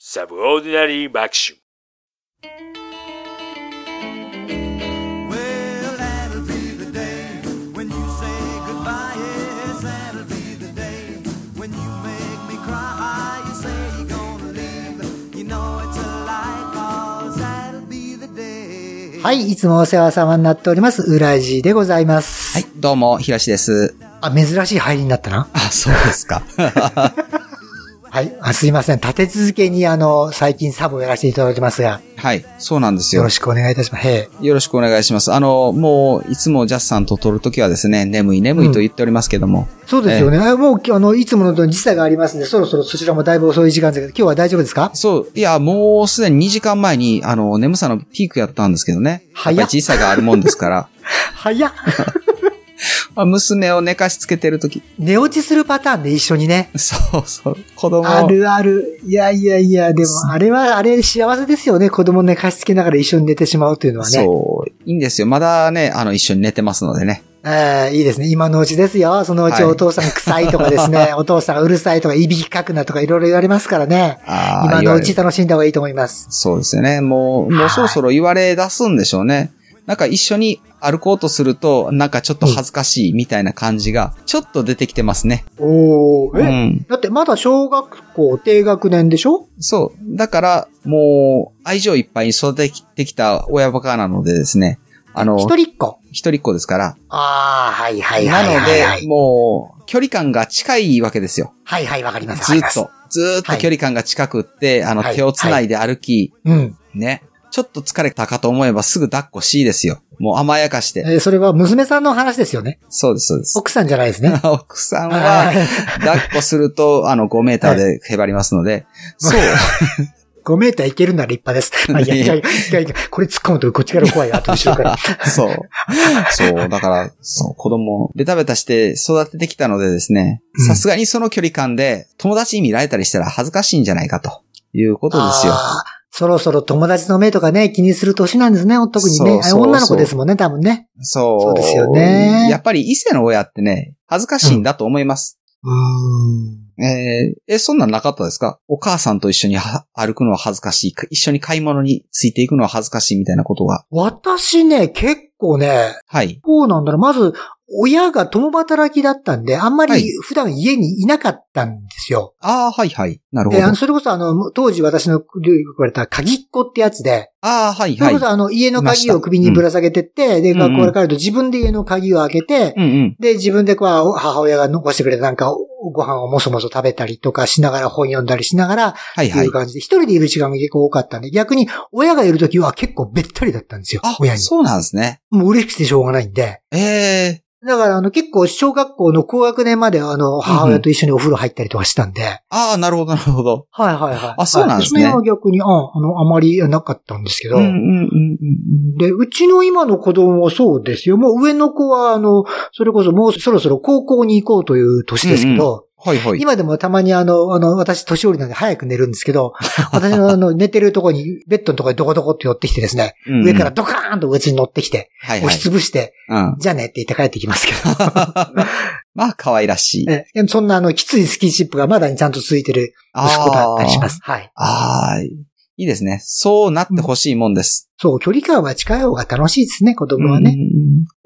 サブオーディナリーマクシム Well, that'll be the day when you say goodbye. Yes, that'll be the day when you make me cry. You say you're gonna leave, you know it's a lie, cause that'll be the day. はい、いつもお世話様になっております、うらじでございます。はい、どうも、ひろしです。あ、珍しい入りになったな。あ、そうですか。ははい、あすいません。立て続けに、あの、最近サブをやらせていただきますが、い、そうなんですよよろ。しくお願いいたします。へよろしくお願いします。あの、もう、いつもジャスさんと撮るときはですね、眠い眠いと言っておりますけども。えそうですよね。あもう、あの、いつものと時差がありますんで、そろそろそちらもだいぶ遅い時間ですけど、今日は大丈夫ですかそう、いや、もうすでに2時間前に、あの、眠さのピークやったんですけどね。早っやっぱり時差があるもんですから。早っ あ娘を寝かしつけてるとき。寝落ちするパターンで一緒にね。そうそう、子供あるある。いやいやいや、でも、あれは、あれ幸せですよね。子供寝かしつけながら一緒に寝てしまうというのはね。そう、いいんですよ。まだね、あの、一緒に寝てますのでね。ええいいですね。今のうちですよ。そのうちはいお父さん臭いとかですね、 お父さんうるさいとか、いびきかくなとかいろいろ言われますからね。あー今言のわうれち楽しんだ方がいいと思います。そうですよね。もう、もうそろそろ言われ出すんでしょうね。なんか一緒に歩こうとすると、なんかちょっと恥ずかしいみたいな感じが、ちょっと出てきてますね。おう。ん。だってまだ小学校低学年でしょそう。だから、もう、愛情いっぱいに育ててきた親バカなのでですね。あの、一人っ子。一人っ子ですから。ああ、はいはいはいはい、なのはい。で、もう、距離感が近いわけですよ。はいはい、わかります。ずっわかりと。ずっと距離感が近くって、あの、はい手を繋いで歩き、ます。うん。ね。ちょっと疲れたかと思えばすぐ抱っこしいですよ。もう甘やかして。えーそれは娘さんの話ですよね。そうです、そうです。。奥さんじゃないですね 奥さ んは、抱っこすると、あの、5メーターでへばりますの で、そう。 5メーターいけるなら立派 です。まあ、いやいやいやいや、これ突っ込むとこっちから怖いよ、あと後ろから。そう。そう。だから、そう、子供、ベタベタして育ててきたのでですねうん、さすがにその距離感で、友達に見られたりしたら恥ずかしいんじゃないかと。いうことですよ。あーそろそろ友達の目とかね、気にする年なんですね。特にね。そうそうそう女の子ですもんね、多分ね。そう。そうですよねやっぱり異性の親ってね、恥ずかしいんだと思います。うーん。えーえ、そんなんなかったですかお母さんと一緒には歩くのは恥ずかしい。一緒に買い物についていくのは恥ずかしいみたいなことが。私ね、結構ね、はい。こうなんだろう。まず、親が共働きだったんで、あんまはいり普段家にいなかったんですよ。ああ、はいはい。なるほで、ど。ああの、それこそあの、当時私の言われた鍵っ子ってやつで、あー、はいそはれいこ。そあの、家の鍵を首にぶら下げてって、で、うんうん学校から帰ると自分で家の鍵を開けて、うんうん。で、自分でこう、母親が残してくれたなんか、ご飯をもそもそ食べたりとかしながら本読んだりしながら、はいって。はいいう感じで、一人でいる時間が結構多かったんで、逆に親がいる時は結構べったりだったんですよあ、、親に。そうなんですね。もう嬉しくてしょうがないんで。ええだから、あの、結構小学校の高学年まで、あの、母親と一緒にお風呂入ったりとかしたんで。ああ、なるほど、なるほど。はいはいはい。あそうなんですねはい娘は逆に、うん、あの、あまりなかったんですけど。うんうんうんうん。で、うちの今の子供もそうですよ。もう上の子は、あの、それこそもうそろそろ高校に行こうという年ですけど、はいはい。今でもたまにあの、あの、私年寄りなんで早く寝るんですけ ど、私のあの、寝てるとこに、ベッドのとこにドコドコって寄ってきてですね、うんうん上から、ドカーンとうちに乗ってきて、はい押はいし。つぶして、うん。じゃあねって言って帰ってきますけど。 まあ、可愛らしい。えでもそんなあの、きついスキンシップがまだにちゃんと続いてる息子だったりします。はい。あーあー、いいですね。そうなってほしいもんです。そう、距離感は近い方が楽しいですね、子供はうね。んうん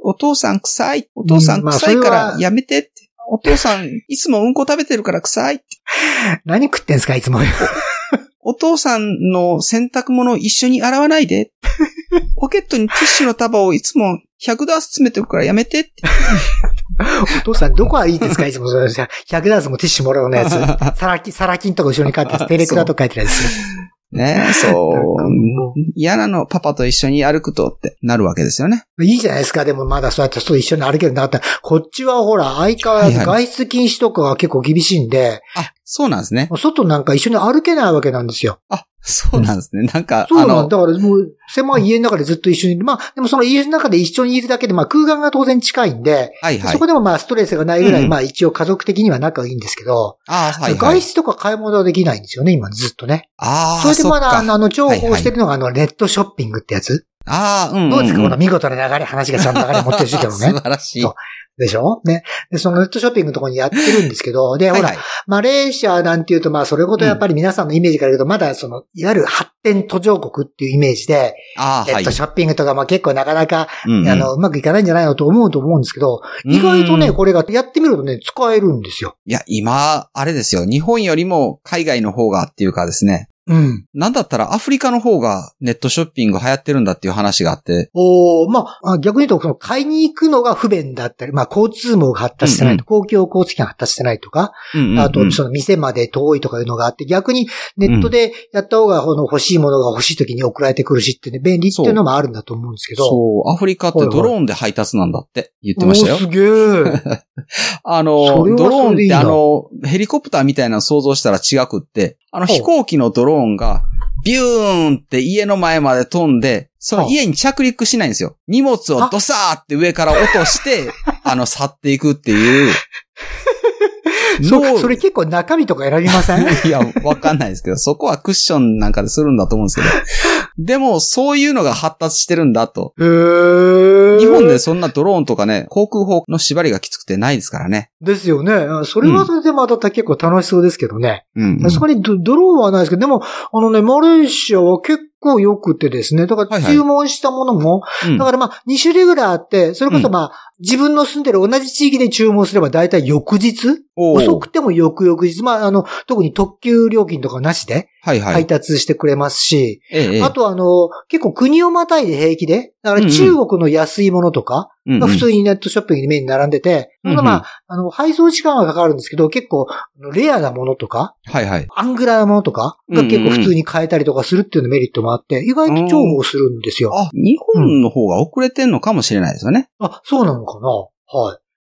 お父さん臭い。お父さん臭いかうんまあそれらはやめてって。お父さん、いつもうんこ食べてるから臭いって。何食ってんすか、いつ も。お父さんの洗濯物を一緒に洗わない で。ポケットにティッシュの束をいつも100ダース詰めてるからやめてって。お父さん、どこはいいですか、いつも。それ100ダースもティッシュもらうのやつ。 サラキ、サラキンとか後ろに書いてあるテレクラとか書いてるやつ。ね え、そもう。嫌なの、パパと一緒に歩くとってなるわけですよね。いいじゃないですか、でもまだそうやって人と一緒に歩けるんだったら、こっちはほら、相変わらずはいは外出禁止とかが結構厳しいんで、あ、そうなんですね。もう外なんか一緒に歩けないわけなんですよ。あ、そうなんですね。なんか、そうあなんの、だからもう、狭い家の中でずっと一緒にいる。まあ、でもその家の中で一緒にいるだけで、まあ空間が当然近いんで、はいはいそこ。でもまあストレスがないぐらい、うんまあ一応家族的には仲いいんですけど、あはいは外い。出とか買い物はできないんですよね、今ずっとね。あそあ、れでそっまだあの、か。あの重宝してるのがあの、ネットショッピングってやつ。ああ、うんんん。どうですか、この見事な流れ、話がちゃんと流れ持ってるしけどね素。晴らしい。そうでしょね。で、そのネットショッピングのところにやってるんですけど、で、ほら、はいはいマレーシアなんていうと、まあ、それほどやっぱり皆さんのイメージから言うと、まだその、いわゆる発展途上国っていうイメージで、ああ、ネはいット。ショッピングとか、まあ結構なかなか、うんうんあの、うまくいかないんじゃないのと思うと思うんですけど、意外とね、これがやってみるとね、使えるんですよ。いや、今、あれですよ。日本よりも海外の方がっていうかですね。うん。なんだったらアフリカの方がネットショッピング流行ってるんだっていう話があって。おーまあ、あ逆に言うと、その、買いに行くのが不便だったり、まあ、交通網が発達してないと、公共交通機関が発達してないとか、うんうんうんあと、その店まで遠いとかいうのがあって、逆にネットでやった方が、この欲しいものが欲しい時に送られてくるしってね、便利っていうのもあるんだと思うんですけど。そう、アフリカってドローンで配達なんだって言ってましたおーすよ。げー。あその、れはドローンそっれでいいてなあの、ヘリコプターみたいなの想像したら違くって、あのほう飛行機のドローンがビューンって家の前まで飛んで、そのほう家に着陸しないんですよ。荷物をドサーって上から落として、 あの、去っていくっていう。 そ脳う、それ結構中身とか選びませ んいや、わかんないですけど、そこはクッションなんかでするんだと思うんですけど。でも、そういうのが発達してるんだと。へー日本でそんなドローンとかね、航空法の縛りがきつくてないですからね。ですよね。うんそれはそれでまた結構楽しそうですけどね。うん。さすがにドドローンはないですけど、でも、あのね、マレーシアは結構良くてですね。だかはらいはい注文したものも、うんだからまあ、2種類ぐらいあって、それこうそんまあ、自分の住んでる同じ地域で注文すれば大体翌日おー遅くても翌々日。まあ、あの、特に特急料金とかなしではいはい。配達してくれますし、ええ、ええあ、とあの、結構国をまたいで平気で、だから中国の安いものとか、うんうんが普通にネットショッピングに目に並んでて、うんうんまあ、あの、配送時間はかかるんですけど、結構、あのレアなものとか、はいはい。アングラなものとかが結構普通に買えたりとかするっていうのメリットもあって、意外と重宝するんですよ。あ、日本の方が遅れてんのかもしれないですよね。あ、そうなのかなは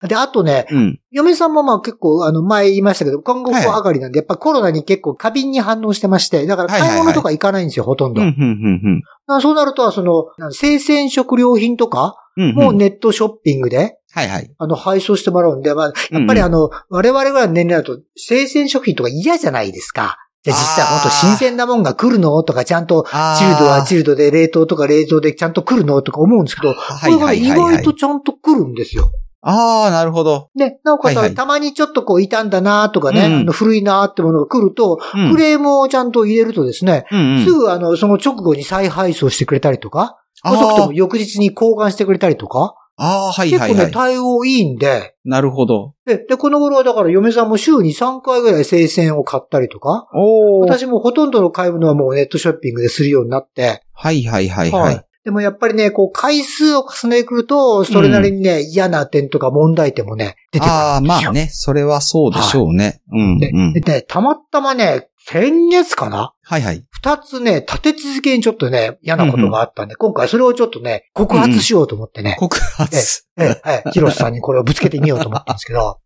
い。で、あとね、うん。嫁さんもまあ結構、あの、前言いましたけど、看護婦はいはい上がりなんで、やっぱコロナに結構過敏に反応してまして、だからはいはい買いはい物とか行かないんですよ、ほとんうど。ん、うだかん、うん、らそうなると、その、生鮮食料品とか、うん。んもう。ネットショッピングで、はいはい。あの、配送してもらうんで、まあ、やっぱりあの、我々ぐらいの年齢だと、生鮮食品とか嫌じゃないですか。で、実際あー本当新鮮なもんが来るのとか、ちゃんと、あチルドはルチルドで、冷凍とか冷蔵でちゃんと来るのとか思うんですけど、はこいれがはねい意はいは外いと。ちゃんと来るんですよ。ああ、なるほど。で、なおかつ、はいはいたまにちょっとこう、傷んだなとかね、うんあの古いなってものが来ると、うんクレームをちゃんと入れるとですね、うん、うん。すぐあの、その直後に再配送してくれたりとか、遅くてあも翌日に交換してくれたりとか、ああー、はい結は構いはね、い。対応いいんで、なるほど。で、で、この頃はだから嫁さんも週に3回ぐらい生鮮を買ったりとか、おー。私もほとんどの買い物はもうネットショッピングでするようになって、はいはいはいはい。でもやっぱりね、こう回数を重ねてくると、それなりにね、嫌な点とか問題点もね、出てくるんですよ。ああ、まあね、それはそうでしょうね。で。うん、うんで。ね、たまたまね、先月かなはいはい。二つね、立て続けにちょっとね、嫌なことがあったんで、今回それをちょっとね、告発しようと思ってね、告発。ええ、はい、ヒロシさんにこれをぶつけてみようと思ったんですけど、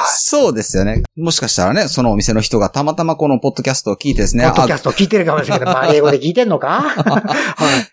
そうですよね。もしかしたらね、そのお店の人がたまたまこのポッドキャストを聞いてですポ ね、ッドキャあ、スト聞いてるかもしれないけど、まあ英語で聞いてん のかはい。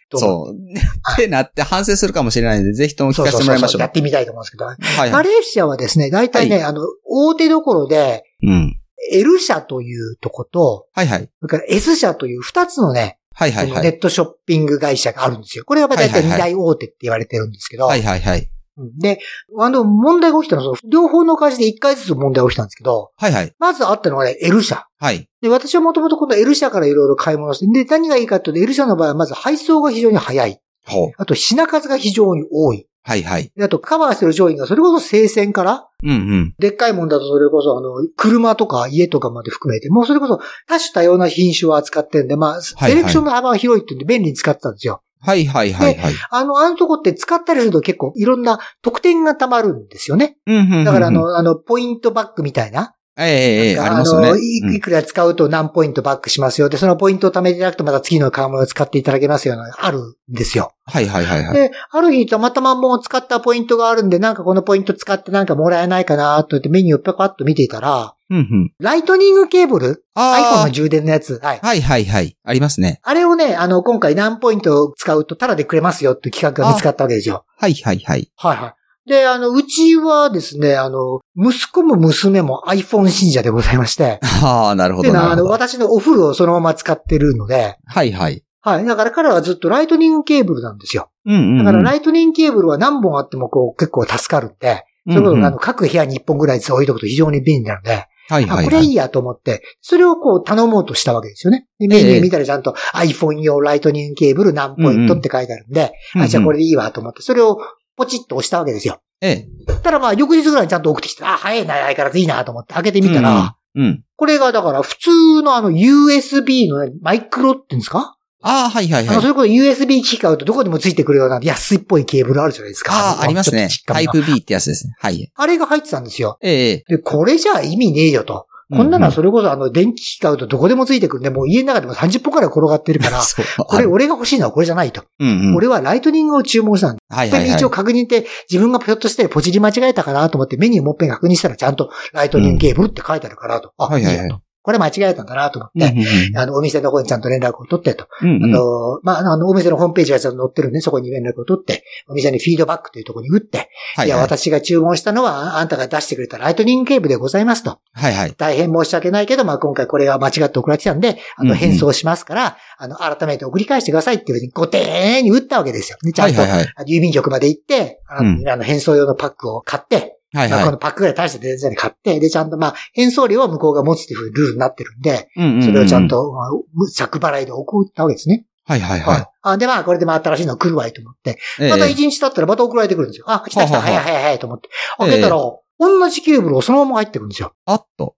と思ってそう。ってなって反省するかもしれないんで、ぜひとも聞そうかそせてうもらいそまうしょそう。うや。ってみたいと思うんですけど、はいマはい。レーシアはですね、大体ね、あの、大手どころで、うん。 L 社というとこと、はいはい。それから S 社という二つのね、はいはいそのはネい。ットショッピング会社があるんですよ。これがまあ大はいはい体二はい大大手って言われてるんですけど、はいはいはい。うんで、あの、問題が起きたのは、その両方の会社で一回ずつ問題が起きたんですけど、はいはい。まずあったのがね、L 社。はい。で、私はもともとこの L 社からいろいろ買い物をして、で、何がいいかというと、L 社の場合はまず配送が非常に早い。ほう。あと品数が非常に多い。はいはい。であとカバーしてる商品がそれこそ生鮮から、うんうん。でっかいもんだとそれこそ、あの、車とか家とかまで含めて、もうそれこそ多種多様な品種を扱ってるんで、まあ、セはいレクションの幅が広いっていうんで便利に使ってたんですよ。はいはいはいはい。あの、あのとこって使ったりすると結構いろんな特典が溜まるんですよね。うんうんうんうん。だからあの、あの、ポイントバッグみたいな。ええ、ええええ、ありますよね。の、ういいんくら使うと何ポイントバッグしますよ。で、そのポイントを貯めていただくとまた次の買い物を使っていただけますようなのがあるんですよ。はいはいはいはい。で、ある日たまたまもう使ったポイントがあるんで、なんかこのポイント使ってなんかもらえないかなと言ってメニューをパパッと見ていたら、うんうん。ライトニングケーブルあ ?iPhone の充電のやつ。はいあ。。はいはいはい。ありますね。あれをね、あの、今回何ポイント使うとタダでくれますよっていう企画が見つかったわけですよ。はいはいはい。、はいはい。で、あの、うちはですね、あの、息子も娘も iPhone 信者でございましてああ、なるほで、ど。なあるほの、ど。私のお風呂をそのまま使ってるので、はいはい。はい。だから彼らはずっとライトニングケーブルなんですよ。うんうんうん。だからライトニングケーブルは何本あってもこう結構助かるんで、そういうことがあの各部屋に1本ぐらいずつ置いとくと非常に便利なので、はいはい、はあ、い。これいいやと思って、それをこう頼もうとしたわけですよね。でメニュー見たらちゃんと iPhone 用ライトニングケーブル何ポイントって書いてあるんで、うんうんあ、じゃあこれでいいわと思って、それをポチッと押したわけですよ。ええ。ただまあ翌日ぐらいにちゃんと送ってきて、あ、早いな、相変わらずいいなと思って開けてみたら、うん。うん。これがだから普通のあの USB のマイクロって言うんですか、ああ、はいはいあはいの、そ。れこそ USB 機器買うとどこでもついてくるような安いっぽいケーブルあるじゃないですか。あのあ、ありますねちょっとちっ。かタめイのプ B ってやつですね。はい。あれが入ってたんですよ。ええ。で、これじゃ意味ねえよと。こんなのはそれこそあの電気機器買うとどこでもついてくるんで、もう家の中でも30分くらい転がってるから、そう これ、俺が欲しいのはこれじゃないと。うんうん。俺はライトニングを注文したんだ。はいこはれいではい一応。確認って、自分がひょっとしてポチり間違えたかなと思ってメニューもっぺん確認したらちゃんとライトニングケーブルって書いてあるからと。あ、はいいいはいやはいと。これ間違えたんだなと思っうんて、うあの、お店の方にちゃんと連絡を取ってと。んうんあうんの、まあ、あの、お店のホームページがちゃんと載ってるんで、そこに連絡を取って、お店にフィードバックというところに打って、はいいや、はい私が注文したのは、あんたが出してくれたライトニングケーブルでございますと。はいはい。大変申し訳ないけど、まあ、今回これが間違って送られてきたんで、あうんうの、ん返送しますから、あの、改めて送り返してくださいっていうふうに、ご丁寧に打ったわけですよ。でちゃはんいと、はいはい。あの郵便局まで行って、あの、うあの返送用のパックを買って、はいまあこはのパックぐらい大した電車で買って、で、ちゃんとまあ、返送料は向こうが持つっていうふうにルールになってるんで、い。それをちゃんうと、まあ、着払いで送ったわけですね。うう。はいはいははい。あで、まあ、これでまあ、新しいの来るわいと思って、い。ええまた一日経ったらまた送られてくるんですよ。あ、来た来た、はは早いは早い早いと思って。開けたら、同じケーブルをそのまま入ってくるんですよ。あっと。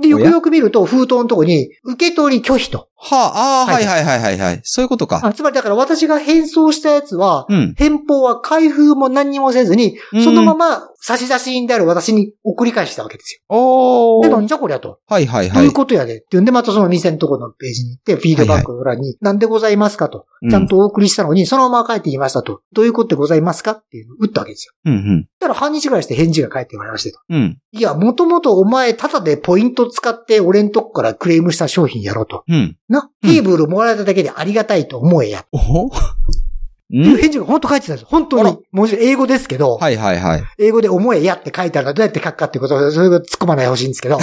で、よおくやよく見ると、封筒のとこに、受け取り拒否と。はあ、ああ、ははいいはいはいはいはい。そういうことか。あつまりだから私が返送したやつは、うん。返報は開封も何にもせずにうん、そのまま差出人である私に送り返したわけですおよ。で、なー。んじゃこりゃと。はいはいどはうい。いうことやでっていうんで、またその店のところのページに行って、フィードバックの裏に、なんでございますかと。うんちゃんとお送りしたのに、そのまま帰ってきましたと。どういうことでございますかっていうのを打ったわけですよ。うんうん。だから半日ぐらいして返事が返ってまいりましてと。うん。いや、もともとお前、ただでポイント使って俺んとこからクレームした商品やろうと。うん。な、うんケーブルもらえただけでありがたいと思えや。おほっていうん返事が本当書いてたんですよ。本当あに。もちろん英語ですけど、はいはいはい。英語で思えやって書いてあるのはどうやって書くかっていうことを、それが突っ込まないでほしいんです けど、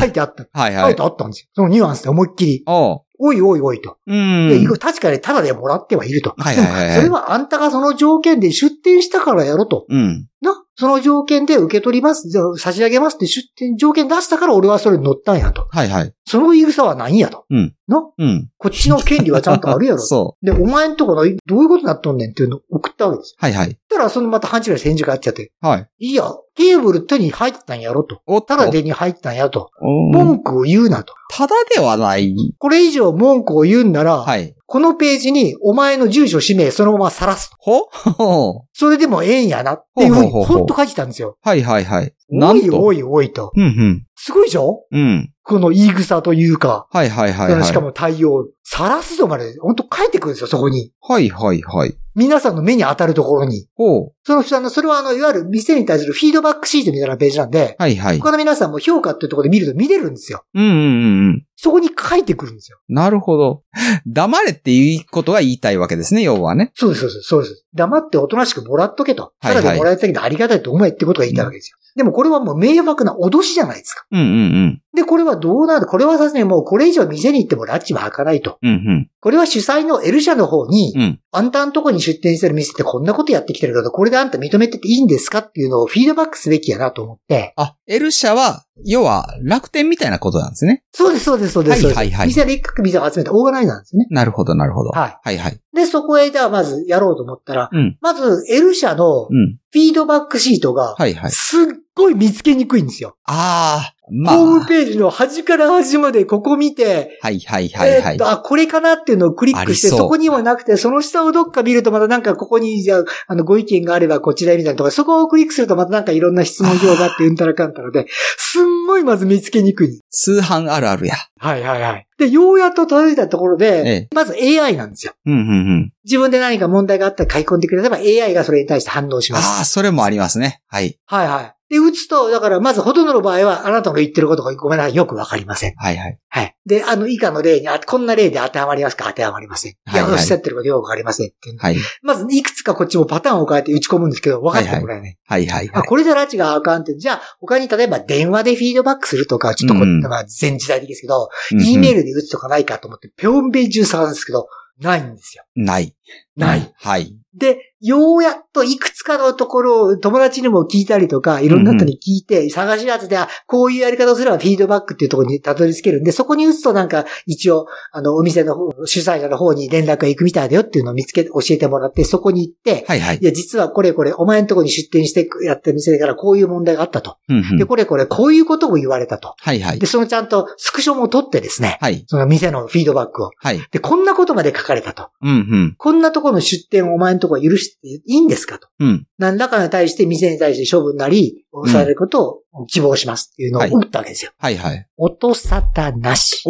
書いてあった。はい書はいいて。あったんですよ。そのニュアンスで思いっきり、おう。おいおいおいと。うでん。確かにただでもらってはいると。はいはいはいはいでもそれはあんたがその条件で出店したからやろと。うん。な、その条件で受け取ります、じゃあ差し上げますって出店、条件出したから俺はそれに乗ったんやと。はいはい。その言い草は何やと。うんな、うん。こっちの権利はちゃんとあるや ろ。そで、お前んとこのどういうことになっとんねんっていうのを送ったわけですよ。う。はいはい。そしたら、そのまた半日ぐらい返事があっちゃって、はい。いや、ケーブル手に入ったんやろと。おっただ手に入ったんやと。うん文句を言うなと。ただではない。これ以上文句を言うんなら、はい。このページにお前の住所、氏名そのまま晒すと。ほ ほそれでもええんやなっていうふうに、ほうほうほうほんと書いてたんですよ。はいはいはい。なおんいと。おいおいと。うんすごいでしょうん。うん。この言い草というか、はいはいはいそはのい。しかも対応、晒すとまで、ほんと書いてくるんですよ、そこに。はいはいはい。皆さんの目に当たるところに。ほう。その、あのそれはあの、いわゆる店に対するフィードバックシートみたいなページなんで、はいはい。他の皆さんも評価っていうところで見ると見れるんですよ。うんうんうんうん。そこに書いてくるんですよ。なるほど。 黙れっていうことが言いたいわけですね、要はね。そうです、そうです、そうです。黙っておとなしくもらっとけと。はいはただいでもらえたけどありがたいと思えってことが言いたいわけですよ。でもこれはもう迷惑な脅しじゃないですか。うんうんで、これはどうなるこれはさすがにもうこれ以上店に行ってもラッチは開かないと。うん。うんこれは主催の L 社の方に、うん。うん。あんたんとこに出店してる店ってこんなことやってきてるけど、これであんた認めてていいんですかっていうのをフィードバックすべきやなと思って。あ、L 社は、要は楽天みたいなことなんですね。そうです、そうです、そうです。はいはいはいそうです店で一角店を集めたオーガナイザーなんですね。なるほどなるほど。。はいはいはい。で、そこへ、じゃあまずやろうと思ったら、うん。まず L 社のフうん。ィードバックシートが、はいはい。すっごい見つけにくいんですよ。ああ、まあ。ホームページの端から端までここ見て、はいはいはいはえーっい。と、あ、これかなっていうのをクリックして、ありそそうこにはなくて、その下をどっか見るとまたなんかここに、じゃあ、あの、ご意見があればこちらへみたいなとか、そこをクリックするとまたなんかいろんな質問表があって、うんたらかんたらで、すんごいまず見つけにくい。通販あるあるや。はいはいはい。で、ようやっと届いたところえで、え。まず AI なんですよ。うんうんうん。自分で何か問題があったら書き込んでくれれば AI がそれに対して反応します。ああ、それもありますね。はい。はいはい。で、打つと、だから、まずほとんどの場合は、あなたの言ってることがごめんなさい、よくわかりません。はいはい。はい。で、あの、以下の例に、あこんな例で当てはまりますか当てはまりません。はいはいいや、おっしゃってることよくわかりませんっていうのはい。まず、いくつかこっちもパターンを変えて打ち込むんですけど、分かってもらえない。はいはいあ、はい。これじゃ拉致があかんって。じゃあ、他に例えば電話でフィードバックするとか、ちょっとこうんまあ全時代的ですけど、うんうん E メールで打つとかないかと思って、ぴょんべん中探すんですけど、ないんですよ。ない。ない。はい。で、ようやっといくつかのところを友達にも聞いたりとか、いろんな人に聞いて、探し当てて、あこういうやり方をすればフィードバックっていうところにたどり着けるんで、そこに打つとなんか、一応、あの、お店の方、主催者の方に連絡が行くみたいだよっていうのを見つけ、教えてもらって、そこに行って、はいはいい。や、実はこれこれ、お前のところに出店してやってる店からこういう問題があったと。うんうんで、これこれ、こういうことも言われたと。はいはいで、。そのちゃんとスクショも取ってですね、はい。その店のフィードバックを。はい。で、こんなことまで書かれたと。うんこんなところの出店をお前のところは許していいんですかと。うん。うん。何らかに対して店に対して処分なり、されることを希望しますっていうのをはい打ったわけですよ。はいはい。音沙汰なし。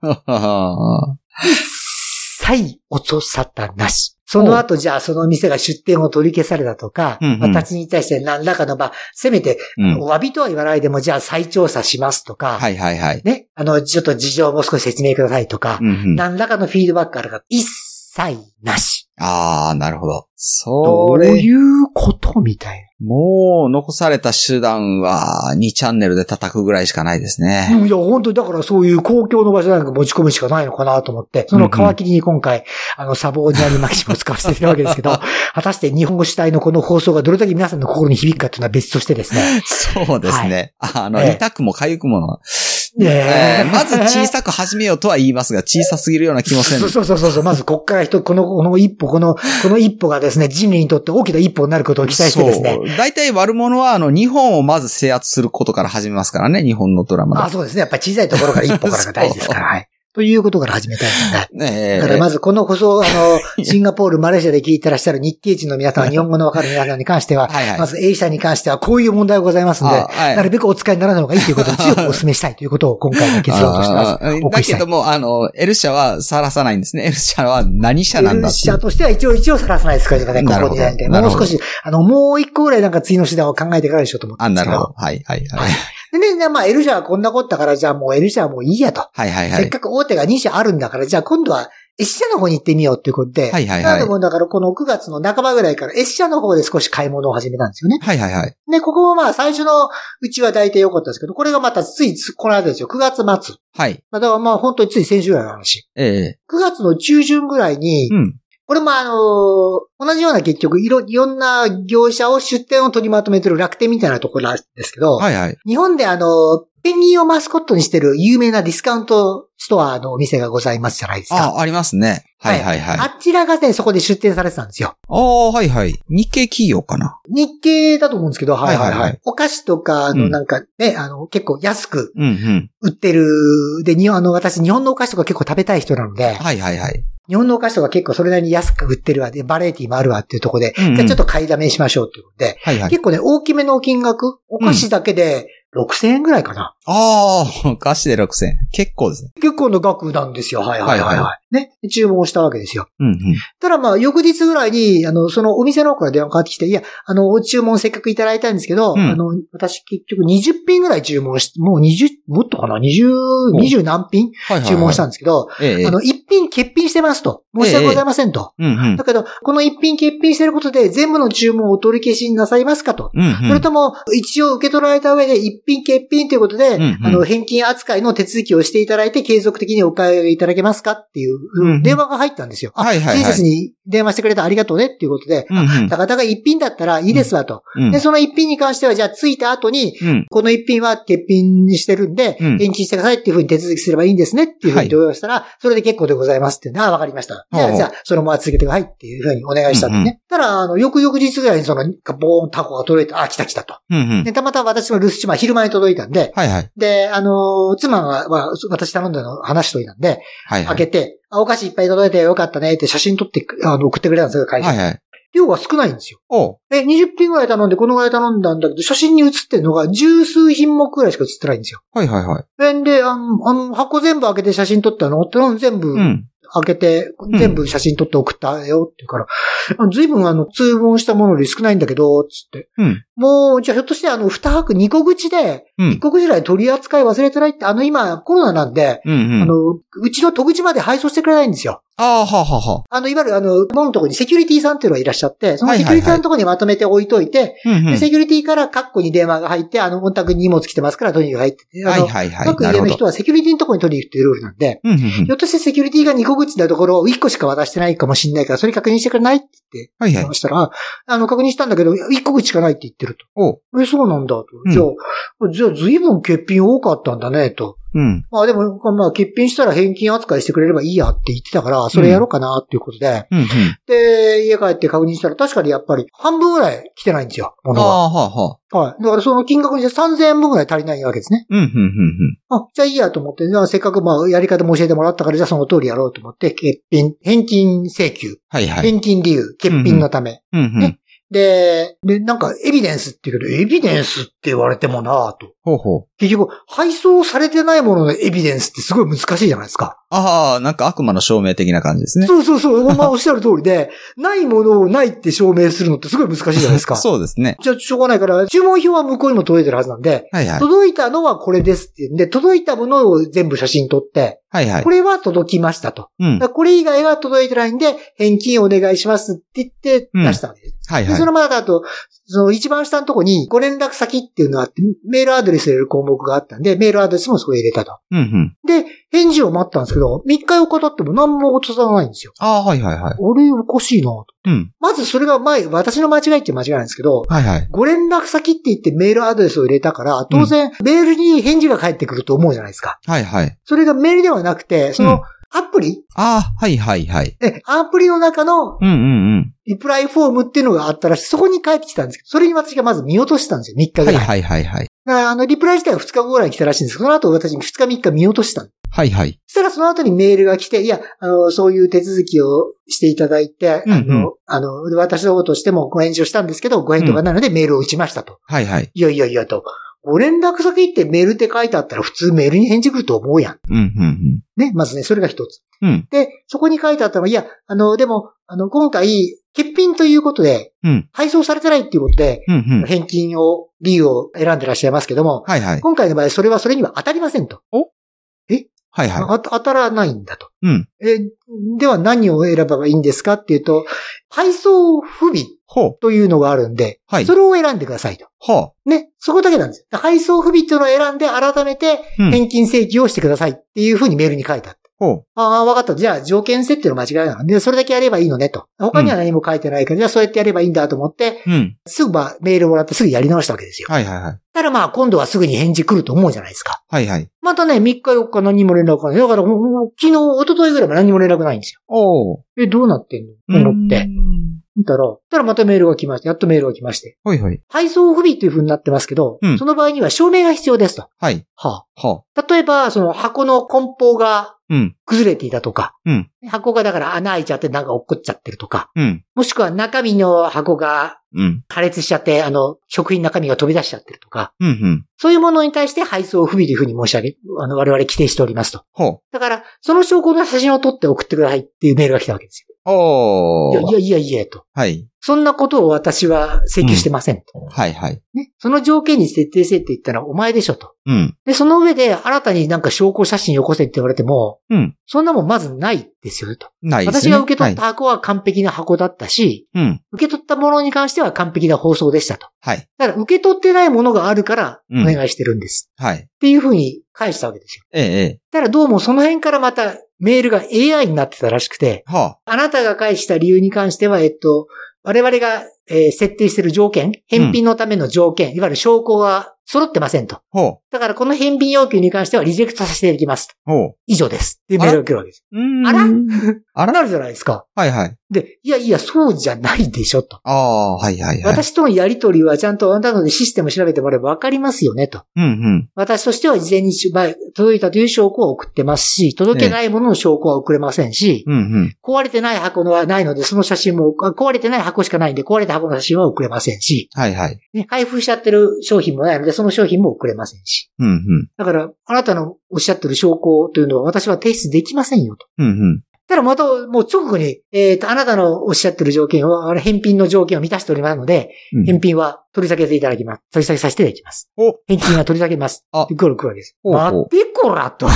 ははは一切音沙汰なし。その後、じゃあその店が出店を取り消されたとか、うんうん私に対して何らかの、まあ、せめて、うん。お詫びとは言わないでも、じゃあ再調査しますとか、はいはいはい。ね、あの、ちょっと事情をもう少し説明くださいとか、うんうん。何らかのフィードバックがあるから、一切なし。ああ、なるほど。どそうれ、いうことみたいもう残された手段は2チャンネルで叩くぐらいしかないですな。 ね。いや、本当にだからそういう公共の場所なんか持ち込むしかないのかなと思って、その皮切りに今回、あの、サボージャーにマキシムを使わせているわけです けど、果たして日本語主体のこの放送がどれだけ皆さんの心に響くかというのは別としてですね。そうですね。あの、ええ痛くも痒くもの。ねええーまず小さく始めようとは言いますが、小さすぎるような気もせんそう。そうそうそうそう。まずこっから人、この、この一歩、この、この一歩がですね、人類にとって大きな一歩になることを期待してですね。そう。大体悪者は、あの、日本をまず制圧することから始めますからね、日本のドラマあ、だそうですね。やっぱり小さいところから一歩からが大事ですから。 そうはい。ということから始めたいですね。と。ねえだからまずこの放送、あ の、シンガポール、マレーシアで聞いてらっしゃる日系人の皆さん、日本語のわかる皆さんに関しては、はいはい。まず A 社に関してはこういう問題がございますのであ、はいなるべくお使いにならない方がいいということを強くお勧めしたいということを今回の結論としてまあーす。お送だりしけたいども、あの、L 社はさらさないんですね。L 社は何社なんだ L ってい社う。としては一応一応さらさないですからね、こなるほこにどなんで。なるもうほど少し、あの、もう一個ぐらいなんか次の手段を考えてからでしょうと思ってあ、ますなけるど。ほど。はい、はい、はい。でね、じゃあまあ L 社はこんなことだから、じゃあもう L 社はもういいやと。はい、はい、はせっい。かく大手が2社あるんだから、じゃあ今度は S 社の方に行ってみようっていうことで、はいはいはいなんでもだからこの9月の半ばぐらいから S 社の方で少し買い物を始めたんですよね。はい、はい、はい。で、ここもまあ最初のうちは大体良かったですけど、これがまたついこの間ですよ、9月末。まはい。あだからまあ本当につい先週ぐらいの話。ええ9月の中旬ぐらいに、うん。これもあのー同じような結局、いろ、いろんな業者を出店を取りまとめてる楽天みたいなところなんですけど、はい、はい。日本であの、ペンギンをマスコットにしてる有名なディスカウントストアのお店がございますじゃないですか。あ、ありますね。はい、はい、はい。あちらがね、そこで出店されてたんですよ。ああ、はい、はい。日系企業かな。日系だと思うんですけど、はいははいいははいはいい。お菓子とか、あうの、んなんかね、あの、結構安くうん、うん。売ってる。で、日本、あの、私、日本のお菓子とか結構食べたい人なので、はい、はい、はい。日本のお菓子とか結構それなりに安く売ってるわ。で、バラエティもあるわっていうところで、うんうんじゃあちょっと買いだめしましょうっていうことで、はい、はい。結構ね、大きめの金額、お菓子だけで6000円ぐらいかな。ああ、菓子で6000円。結構ですね。結構の額なんですよ。はいはいはい、はいはいね。注文したわけですよ。うん、うん。ただまあ、翌日ぐらいに、あの、そのお店の方から電話かかってきて、いや、あの、注文せっかくいただいたんですけど、うんあの、私結局20品ぐらい注文して、もう20、もっとかな ?20、20何品はい、はいはい。注文したんですけど、ええあの、1品欠品してますと。申し訳ございませんと。うん、うんだ。けど、この1品欠品してることで、全部の注文をお取り消しになさいますかと。うん、うん。それとも、一応受け取られた上で、一品欠品ということで、んうんあの、返金扱いの手続きをしていただいて、継続的にお買い上げいただけますかっていううんうん電話が入ったんですよ。あはい、はい、は親切い。に電話してくれたありがとうねっていうことで、うん、うんたかたか一品だったらいいですわと。うんで、。その一品に関しては、じゃあ着いた後に、うん。この一品は欠品にしてるんで、うん返金してくださいっていうふうに手続きすればいいんですねっていうふうに同意したら、それで結構でございますっていうのはわかりました。じゃほうあ、ほうじゃあ、そのまま続けてくださいっていうふうにお願いしたんでうんうね。ただ、あの、翌々日ぐらいにその、ボーンタコが届いて、あ、来た来たと。うん、うん。で、たまたま私も留守島昼間に届いたんで、はい、はい。で、あのー妻が、まあ、私頼んだの話しといたんで、はい、は開い。けて、あ、お菓子いっぱい届いてよかったねって写真撮って、あの、送ってくれたんですよ、会社。はい、はい。量が少ないんですよ。おうえ、20品ぐらい頼んで、このぐらい頼んだんだけど、写真に写ってるのが十数品目ぐらいしか写ってないんですよ。はい、はい、はい。えんで、あの、あの箱全部開けて写真撮ったのっての全部うん。開けて、ん全部写真撮って送ったよって言うから、あの随分あの、注文したものより少ないんだけど、つって。うん。もう、じゃあひょっとしてあの、二泊二個口で、ううん一。国時代取り扱い忘れてないって、あの今コロナなんで、うん、うあん。の、うちの戸口まで配送してくれないんですよ。ああー、はあ、はあ、はあ。あの、いわゆるあの、門のところにセキュリティさんっていうのがいらっしゃって、そのセキュリティさんのところにまとめて置いといて、うん、うん。でセキュリティからカッコに電話が入って、あの、お宅に荷物来てますから取りに入ってて、あはいの、はいはい。各な家るのほど。人はセキュリティのところに取りに行くっていうルールなんで、うん、うん、うんひょ。っとしてセキュリティが2個口のところを1個しか渡してないかもしれないから、それ確認してくれないって言ってはいは言いいま。したら、あの、確認したんだけど、1個口しかないって言ってるおう。と。え、そうなんだとう。んじゃあ、じゃあ随分欠品多かったんだね、と。うん。まあでも、まあ欠品したら返金扱いしてくれればいいやって言ってたから、それやろうかなっていうことで、うん、うん。で、家帰って確認したら確かにやっぱり半分ぐらい来てないんですよ、あ物が。あ、はあ、はあ。はい。だからその金額にして3000円分ぐらい足りないわけですね。うん、うん、うん、あ、じゃあいいやと思って、じゃあせっかくまあやり方も教えてもらったから、じゃあその通りやろうと思って、欠品、返金請求、はいはい。返金理由、欠品のため。うん、うんね。で、で、なんかエビデンスって言うけど、エビデンスって言われてもなぁと。ほうほう。結局、配送されてないもののエビデンスってすごい難しいじゃないですか。ああ、なんか悪魔の証明的な感じですね。そうそうそう、ほんまおっしゃる通りで、ないものをないって証明するのってすごい難しいじゃないです か。そうですね。じゃあ、しょうがないから、注文表は向こうにも届いてるはずなんで、はいはい。届いたのはこれですって言うんで、届いたものを全部写真撮って、はいはいこ。れは届きましたと。うん。だからこれ以外は届いてないんで、返金お願いしますって言って出したわけです。はいで、はいそ。のままだと、その一番下のとこにご連絡先っていうのがあって、メールアドレス入れる項目があったんで、メールアドレスもそこへ入れたと。うんうん。で、返事を待ったんですけど、3日4日経っても何も落とさないんですよ。ああ、はいはいはい。あれ、おかしいなと。うん。まずそれが前、私の間違いって間違いなんですけど、はいはい。ご連絡先って言ってメールアドレスを入れたから、当然メールに返事が返ってくると思うじゃないですか。はいはい。それがメールではなくて、そうんのアプリ、ああ、はいはいはい。え、アプリの中のうんうんリプライフォームっていうのがあったらしい。そこに帰ってきたんですけど、それに私がまず見落としてたんですよ、3日うん。はぐらい。いはいはいはい。だからあの、リプライ自体は2日後ぐらいに来たらしいんですけど、その後私2日3日見落としたんです。はいはい。そしたらその後にメールが来て、いや、あの、そういう手続きをしていただいて、うんうんあの、あの、私の方としてもご返事をしたんですけど、ご返答がないのでメールを打ちましたと。はいはい。いやいやいやと。ご連絡先ってメールって書いてあったら普通メールに返事来ると思うやん。うんうんね、まずね、それが一つ。うん。うん。で、そこに書いてあったのは、いや、あの、でも、あの、今回、欠品ということで、うん配送されてないっていうことで、うんうん。返金を、理由を選んでらっしゃいますけども、はいはい。今回の場合、それはそれには当たりませんと。はいはあ当たらないんだと。い。うん。え、では何を選べばいいんですかっていうと、配送不備ほう。というのがあるんで、はいそ。れを選んでくださいと。ほね、そこだけなんですよ。配送不備っていうのを選んで、改めてう。うん。返金請求をしてくださいっていうふうにメールに書いてあった。ほああ、わかった。じゃあ、条件設定の間違いなので、それだけやればいいのね、と。他には何も書いてないから、じゃあ、そうやってやればいいんだと思って、う。うん。すぐまあ、メールもらってすぐやり直したわけですよ。はいはいはい。ただまあ、今度はすぐに返事来ると思うじゃないですか。はいはい。またね、3日4日何も連絡がない。だから、もうもう昨日、一昨日ぐらいも何も連絡ないんですよ。おお。え、どうなってんのと思って。。見たら、そしたらまたメールが来まして、やっとメールが来まして。はいはい。配送不備というふうになってますけど、うんその場合には証明が必要ですと。はい。はほあ、例えば、その箱の梱包がう。うん。崩れていたとか、うん箱がだから穴開いちゃってなんか落っこっちゃってるとか、うん。もしくは中身の箱がうん。破裂しちゃって、あの、食品の中身が飛び出しちゃってるとか、うんうん。そういうものに対して配送不備というふうに申し上げ、あの、我々規定しておりますと。ほだから、その証拠の写真を撮って送ってくださいっていうメールが来たわけですう。およ。いお。やいやいやいや、と。はい。そんなことを私は請求してませんと。はいはい。ね。その条件に設定せえって言ったらお前でしょと。うん。で、その上で新たになんか証拠写真よこせって言われても、うん。そんなもんまずないですよねと。ないです私ね。が受け取っはた箱は完璧な箱だったし、い。うん。受け取ったものに関しては完璧な放送でしたと。はい。だから受け取ってないものがあるからおうん願いしてるんです。はい。っていうふうに返したわけですよ。ええ、えただどうもその辺からまたメールが AI になってたらしくて、え。はあなたが返した理由に関しては、えっと、我々が、えー設定してる条件、返品のための条件、いわゆる証拠が揃ってませんと。あ。ほだからこの返品要求に関してはリジェクトさせていきますと。う。ほう。以上です。っていうメールが来るわけです。うーんあらあらなるじゃないですか。はいはい。で、いやいや、そうじゃないでしょと。ああ、はいはいはい。私とのやりとりはちゃんとあなたのでシステム調べてもらえばわかりますよね、と。うんうん。私としては事前にまあ届いたという証拠を送ってますし、届けないものの証拠は送れませんし、うんうん。壊れてない箱のはないので、その写真も、あ壊れてない箱しかないんで、壊れた箱の写真は送れませんし、はいはい。ね、開封しちゃってる商品もないので、その商品も送れませんし。うんうん。だから、あなたのおっしゃってる証拠というのは私は提出できませんよ、と。うんうん。ただまた、もう直後に、えっ、と、あなたのおっしゃってる条件は、あれ返品の条件を満たしておりますので、うん返品は取り下げていただきます。取り下げさせていただきます。お返金は取り下げます。あで、ゴロ来るわけです。ほうほう待ってこらと。うん。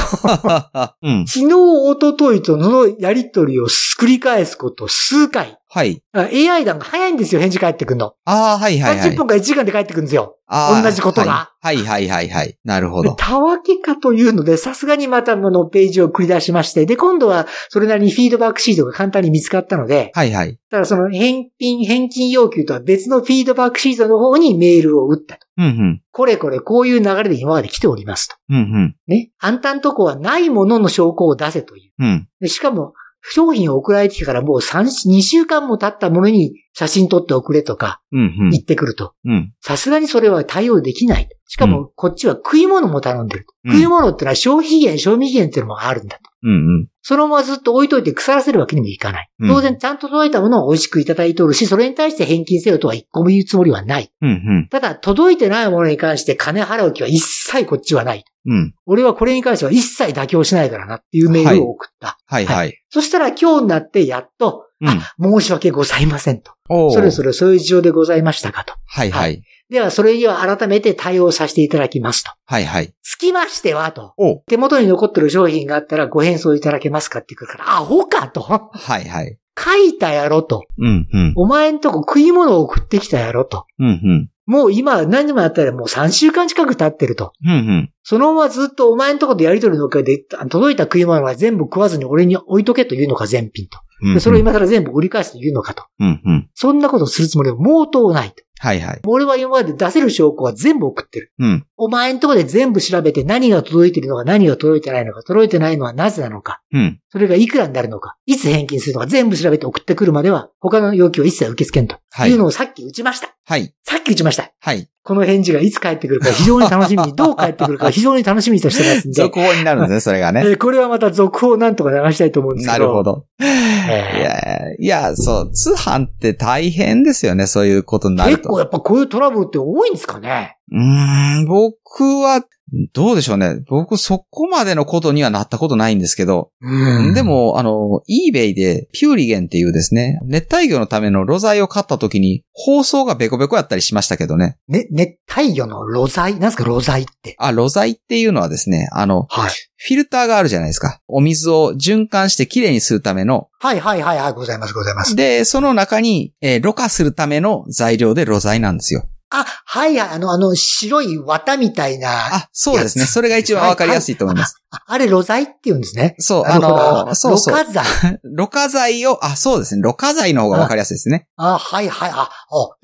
昨日、おとといとのやりとりを繰り返すこと数回。はい。あ AI 弾が早いんですよ、返事返ってくんの。ああ、はいはいは30い分。から1時間で帰ってくるんですよ。あー同じことがはいはいはいはいはい。なるほど。たわけかというので、さすがにまたものページを繰り出しまして、で、今度はそれなりにフィードバックシートが簡単に見つかったので、はいはい。ただその返品、返金要求とは別のフィードバックシートの方にメールを打ったと。うんうん。これこれこういう流れで今まで来ておりますと。うんね。あんたんとこはないものの証拠を出せという。うん。うん。でしかも、商品を送られてきてからもう3、2週間も経ったものに写真撮っておくれとかうん言ってくると。うん。うん。さすがにそれは対応できない。しかも、こっちは食い物も頼んでると。うん食い物ってのは消費期限、賞味期限っていうのもあるんだと。うんそのままずっと置いといて腐らせるわけにもいかない。うん当然、ちゃんと届いたものを美味しくいただいておるし、それに対して返金せよとは一個も言うつもりはない。うん。うんただ、届いてないものに関して金払う気は一切こっちはない。うん。うん。俺はこれに関しては一切妥協しないからなっていうメールを送った。はいはい。そしたら今日になってやっと、うん。申し訳ございませんと。おーそれそれそういう事情でございましたかと。はいはい。では、それには改めて対応させていただきますと。はいはい。つきましてはと。おー手元に残ってる商品があったらご返送いただけますかって言うから、アホかと。はいはい。書いたやろと。うんうん。お前んとこ食い物を送ってきたやろと。うんうん。もう今何時もやったらもう3週間近く経ってると。うんうん。でそのままずっとお前んとことやりとりのおかげで、あ届いた食い物は全部食わずに俺に置いとけというのか全品と。で、それを今から全部売り返すというのかと。うんうん。そんなことするつもりは毛頭ないと。はいはい。俺は今まで出せる証拠は全部送ってる。うん。お前んとこで全部調べて何が届いてるのか何が届いてないのか、届いてないのはなぜなのか、うん。それがいくらになるのか、いつ返金するのか全部調べて送ってくるまでは他の要求は一切受け付けんと。。はいいうのをさっき打ちました。はい。さっき打ちました。はい。この返事がいつ返ってくるか非常に楽 しみに、どう返ってくるか非常に楽しみにとしてますんで。続報になるんですね、それがえね。ーこれはまた続報をなんとか流したいと思うんですけなど。るほ。ど。いえーや、いや、そう、通販って大変ですよね、そういうことになる結と。構やっぱこういうトラブルって多いんですかねうーん、僕は、どうでしょうね。僕、そこまでのことにはなったことないんですけど。うで、も、あの、eBay で、ピューリゲンっていうですね、熱帯魚のための露材を買った時に、包装がベコベコやったりしましたけどね。ね、熱帯魚の露材なんすか露材って。あ、露材っていうのはですね、あの、はい。フィルターがあるじゃないですか。お水を循環してきれいにするための。はいはいはいはい、ございますございます。で、その中に、えーろ過するための材料で露材なんですよ。あ、はいはい、あの、あの、白い綿みたいな、ああ、そうですね。それが一番わかりやすいと思います。あれ露材って言うんですね。そう、なあるほどの、そうそう。ろ過剤。ろ過剤を、あ、そうですね。ろ過剤の方がわかりやすいですね。あ、はいはい、あ、あ、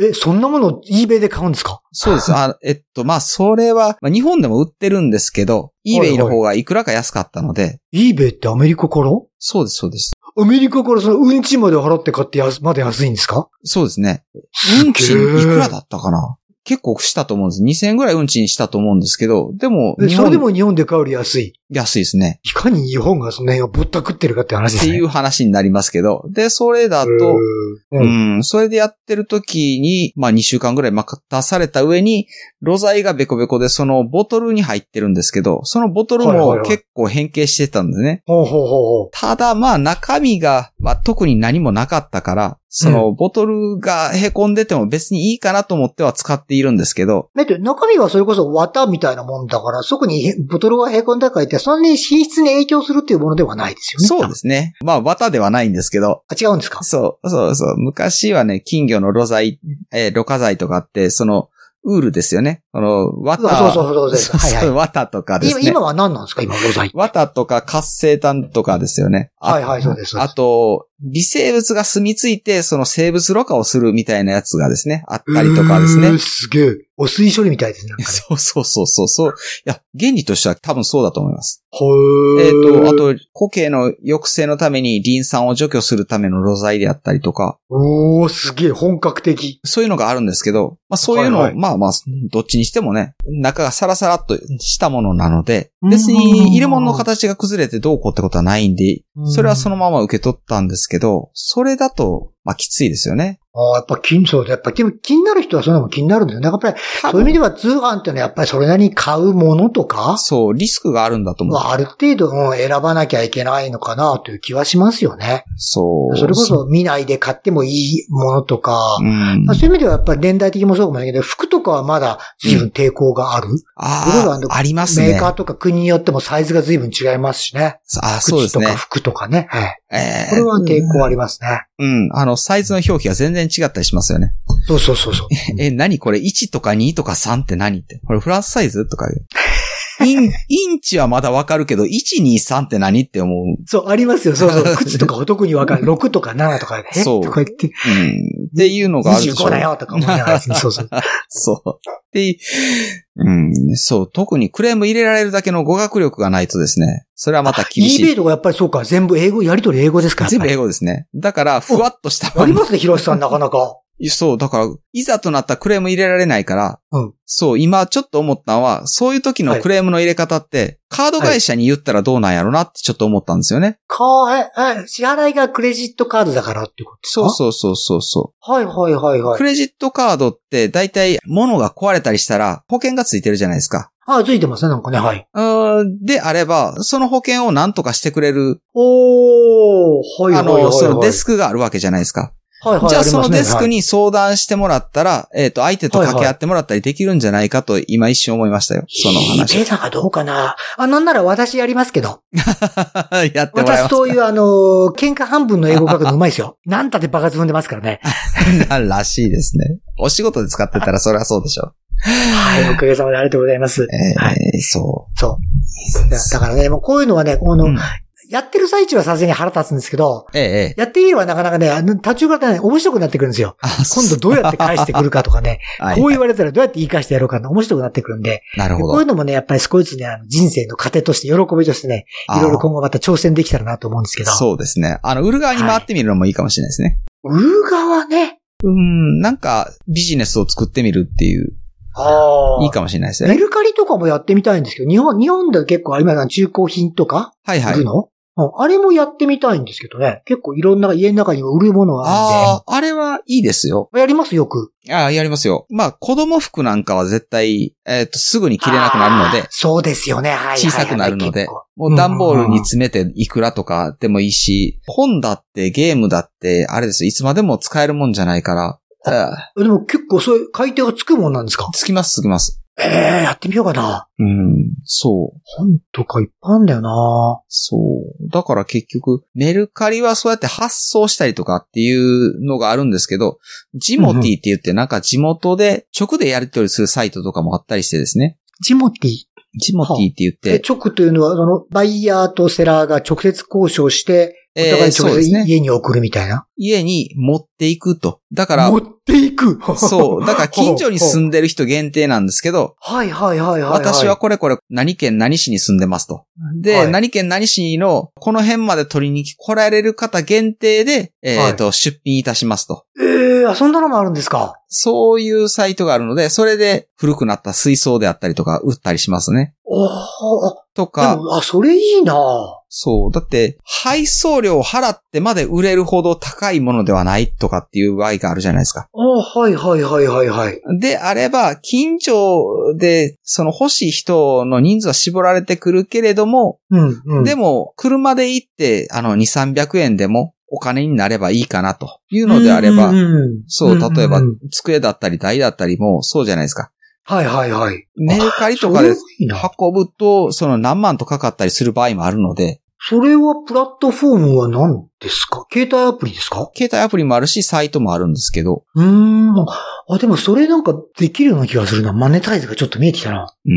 え、そんなもの eBay で買うんですかそうです。あ、えっと、まあ、それは、まあ、日本でも売ってるんですけど、いはい eBay の方がいくらか安かったので、 ?eBay ってアメリカからそうです、そうです。アメリカからそのうんちまで払って買ってやす、まだ安いんですかそうですね。すげえ運賃いくらだったかな結構したと思うんです。2000円ぐらい運賃したと思うんですけど、でも、え日それで本も日本で買うより安い。安いですね。いかに日本がその辺をぼったくってるかって話っですてね。いう話になりますけど、で、それだと、うーん。ううん。ん、それでやってる時に、まあ2週間ぐらいまたされた上に、露材がベコベコで、そのボトルに入ってるんですけど、そのボトルはいはいもはい結構変形してたんですね。ほうほうほうほう。ただまあ中身が、まあ特に何もなかったから、そのボトルが凹んでても別にいいかなと思っては使っているんですけど、だって中身はそれこそ綿みたいなもんだから、そこにへボトルが凹んだからって、そんなに品質に影響するっていうものではないですよね。そうですね。まあ綿ではないんですけど、あ、違うんですかそう、そうそう。昔はね、金魚の露材、えー、ろ過剤とかあって、その、ウールですよね。その、う綿。わそうそうそうそうそうはいは いそう綿とかです今ね。今は何なんですか今、露材。綿とか活性炭とかですよね。あはいはいそうですそうですあと、微生物が住み着いて、その生物ろ過をするみたいなやつがですね、あったりとかですうねー。すげえ。お水処理みたいですね。なんかねそうそうそうそうそう。いや、原理としては多分そうだと思います。ほえっ、と、あと、と、固形の抑制のためにリン酸を除去するための露剤であったりとか、おー、すげえ、本格的。そういうのがあるんですけど、まあそういうのを、はいはいまあまあ、どっちにしてもね、中がサラサラっとしたものなので、別に入れ物の形が崩れてどうこうってことはないんで、それはそのまま受け取ったんですけど、それだと、まあきついですよね。ああ、やっぱ金、そうだ。やっぱでも気になる人はそんなもん気になるんだよね。やっぱり、そういう意味では通販ってのはやっぱりそれなりに買うものとか、そう、リスクがあるんだと思う。はある程度うん選ばなきゃいけないのかなという気はしますよね。そう。それこそ見ないで買ってもいいものとか、うん。そういう意味ではやっぱり年代的にもそうかもしれないけど、服とかはまだ随分抵抗がある。いろいろああのあ、ありますメねー。カーとか国によってもサイズが随分違いますしね。あ、そうで靴すとかね。服とかね。はい。えーこれは抵抗ありますね。うん。あの、サイズの表記が全然違ったりしますよね。そうそうそうそう。え、何これ ?1 とか2とか3って何って。これフランスサイズとか 言う。イン、インチはまだわかるけど、1、2、3って何って思う。うそう、ありますよ。そうそう。靴とかお得にわ かる。6とか7とかで。そうえとか言って、ん。っていうのがあるでしょ25だよとか思い ながら。そうそう。そう。で、うん、そう。特にクレーム入れられるだけの語学力がないとですね。それはまた厳し eBay い。とかやっぱりそうか。全部英語、やりとり英語ですから。全部英語。語ですね。だから、ふわっとしたあまりまますね、広瀬さん、なかなか。そう、だから、いざとなったらクレーム入れられないから、うんそう、今ちょっと思ったのは、そういう時のクレームの入れ方って、カード会社に言ったらどうなんやろなってちょっと思ったんですよね。 か、え、え、支払いがクレジットカードだからってことですか。そうそうそうそうそう。はいはいはいうはいク。レジットカードって、だいたい物が壊れたりしたら、保険がついてるじゃないですか。あ、ついてますね、なんかね、はい。うーんであれば、その保険を何とかしてくれる、おー、はいはあいはい、はい。の、そのデスクがあるわけじゃないですか。はいはい、じゃありそまのすねデスクはいに相談してもらったら、えっと、相手と掛け合ってもらったりできるんじゃないかと、今一瞬思いましたよ。その話。えさんがどうかなあ、なんなら私やりますけど。やってもらい私ますそういうあの、喧嘩半分の英語書くのうまいですよ。 なんたってバカ積んでますからね。らしいです ね。お仕事で使ってたらそれはそうでしょはい、おかげさまでありがとうございます。う。えーはいそそう。だだからね、もうこういうのはね、こう。の、うんやってる最中はさすがに腹立つんですけど、ええええ。やっていればなかなかね、あの途中からね、面白くなってくるんですよ。 今度どうやって返してくるかとかね、 はいこう言われたらどうやって言い返してやろうかの面白くなってくるんで、なるほこうどいう。のもね、やっぱり少しずつね、あの人生の糧として、喜びとしてね、いろいろ今後また挑戦できたらなと思うんですけど。そうですね。あの、売る側に回ってみるのもいいかもしれないですね。う。ウー側ね。うん、なんか、ビジネスを作ってみるっていう、あいいかもしれないですメね。ルカリとかもやってみたいんですけど、日本、日本では結構ありますか中古品とかはいは売いる。の、うんあれもやってみたいんですけどね。結構いろんな家の中にも売るものがあるんああ、あれはいいですよ。で。やりますよく。ああ、やりますよ。まあ、子供服なんかは絶対、えっ、と、すぐに着れなくなるので、そうですよね。はいはいはい。小さくなるので結構もう段ボールに詰めていくらとかでもいいし、本だってゲームだって、あれですよ、いつまでも使えるもんじゃないから、ああでも結構そういう買い手がつくもんなんですかつきます、つきます。ええやってみようかな。うん、そう。本とかいっぱいあるんだよなそう。だから結局、メルカリはそうやって発送したりとかっていうのがあるんですけど、ジモティって言ってなんか地元で直でやり取りするサイトとかもあったりしてですね。ジモティ。ジモティって言っえ、て、直というのは、その、バイヤーとセラーが直接交渉して、おえー互いそう直で接すね家に送るみたいな。家に持っていくと。だから持、っていく そう。 だから近所に住んんでる人限定なんですけど、はいはいはいはいい。私はこれこれ何県何市に住んでますと。で、はい何県何市のこの辺まで取りに来られる方限定で、えっ、と、出品いたしますと。ええあ、そんなのもあるんですかそういうサイトがあるので、それで古くなった水槽であったりとか売ったりしますね。おーあ、とでか、も、あ、それいいなそう。だって、配送料を払ってまで売れるほど高いものではないとかっていう場合があるじゃないですか。あはいはいはいはいはい。であれば、近所で、その欲しい人の人数は絞られてくるけれども、うん、うん。でも、車で行って、あの、2、300円でもお金になればいいかなというのであれば、うんうんうんそう、例えばうんうん、机だったり台だったりもそうじゃないですか。はいはいはい。メルカリとそかれではいいな。運ぶと、その何万とかかったりする場合もあるので、それはプラットフォームは何ですか携帯アプリですか携帯アプリもあるし、サイトもあるんですけど、うーん。あ、でもそれなんかできるような気がするな。マネタイズがちょっと見えてきたな。うんうん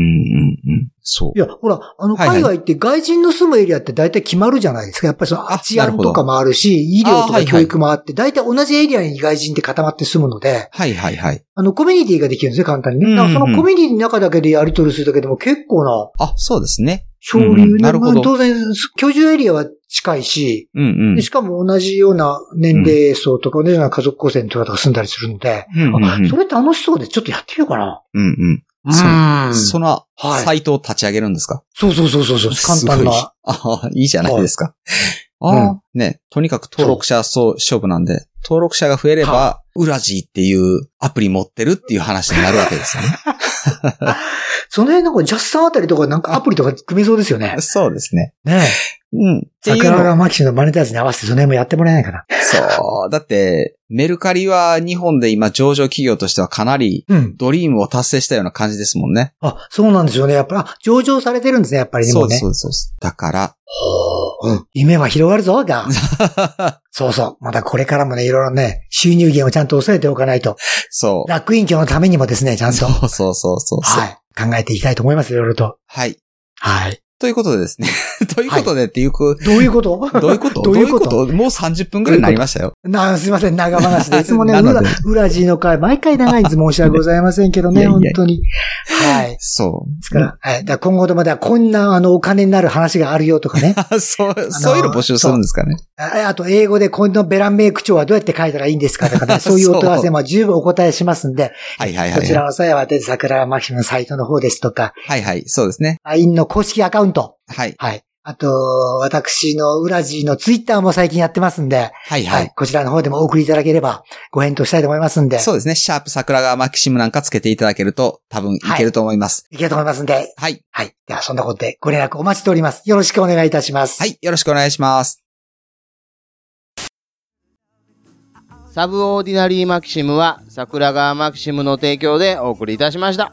うん。そいや、ほら、あの、はいはい海外って外人の住むエリアって大体決まるじゃないですか。やっぱりその、あ治安とかもあるし、医なる療ほとどかあー教育もあって、大体同じエリアに外人って固まって住むので、はいはいはい。あの、コミュニティができるんですね、簡単にうんうんね。だからそのコミュニティの中だけでやり取りするだけでも結構な、あ、そうですね。潮流うんうんなるほどまあ当然、居住エリアは近いし、うんうんでしかも同じような年齢層とか、同じような家族構成の人とかが住んだりするんで、うんうんうんそれ楽しそうで、ちょっとやってみようかな。うんうん。うん。そのはいサイトを立ち上げるんですか、 そうそうそうそうそう。簡単すごいな。ああ、いいじゃないですか。いああ、ね、とにかく登録者そう勝負なんで、登録者が増えれば、ウラジーっていうアプリ持ってるっていう話になるわけですよね。その辺なんかジャスさんあたりとかなんかアプリとか組めそうですよね。そうですね。ねえ。うん。っていう桜の川マキシのマネタイズに合わせてその辺もやってもらえないかな。そう。だって、メルカリは日本で今上場企業としてはかなりうん。ドリームを達成したような感じですもんね。あ、そうなんですよね。やっぱ、あ上場されてるんですね、やっぱりね。そもううでねす、。そうですそうです。だから、ほううん夢は広がるぞ、が。 そうそう。まだこれからもね、いろいろね、収入源をちゃんと抑えておかないと。そう。楽院教のためにもですね、ちゃんと。そうそうそうそう。はい。考えていきたいと思います、いろいろと。はい。はい。ということでですね。 ということでっていうこ、どういうことどういうこと どういうことどもう30分くらいになりましたよ。なすいません、長話 で。いつもね、なうのでら、うらじの会、毎回長いんです。申し訳ございませんけどいやね、いや本当に。はい。でそすから、はい。だから今後とも、だからこんな、あの、お金になる話があるよと かね。う。そう、そういうの募集するんですかね。ああと、英語でこのベランメイク帳はどうやって書いたらいいんですかとかね、そういうお問い合わせも十分お答えしますんで、はいはいはそいちはらをさえはて桜マキシムのサイトの方ですとか、い。はいはい。そうですね。 LINE の公式アカウント、はい。はい。あと、私のウラジーのツイッターも最近やってますんで、はいははいい。。こちらの方でもお送りいただければ、ご返答したいと思いますんで、そうですね。シャープ桜川マキシムなんかつけていただけると多分いけると思います。いけると思いますんで、はい。はい。では、そんなことでご連絡お待ちしております。よろしくお願いいたします。はい。よろしくお願いします。サブオーディナリーマキシムは桜川マキシムの提供でお送りいたしました。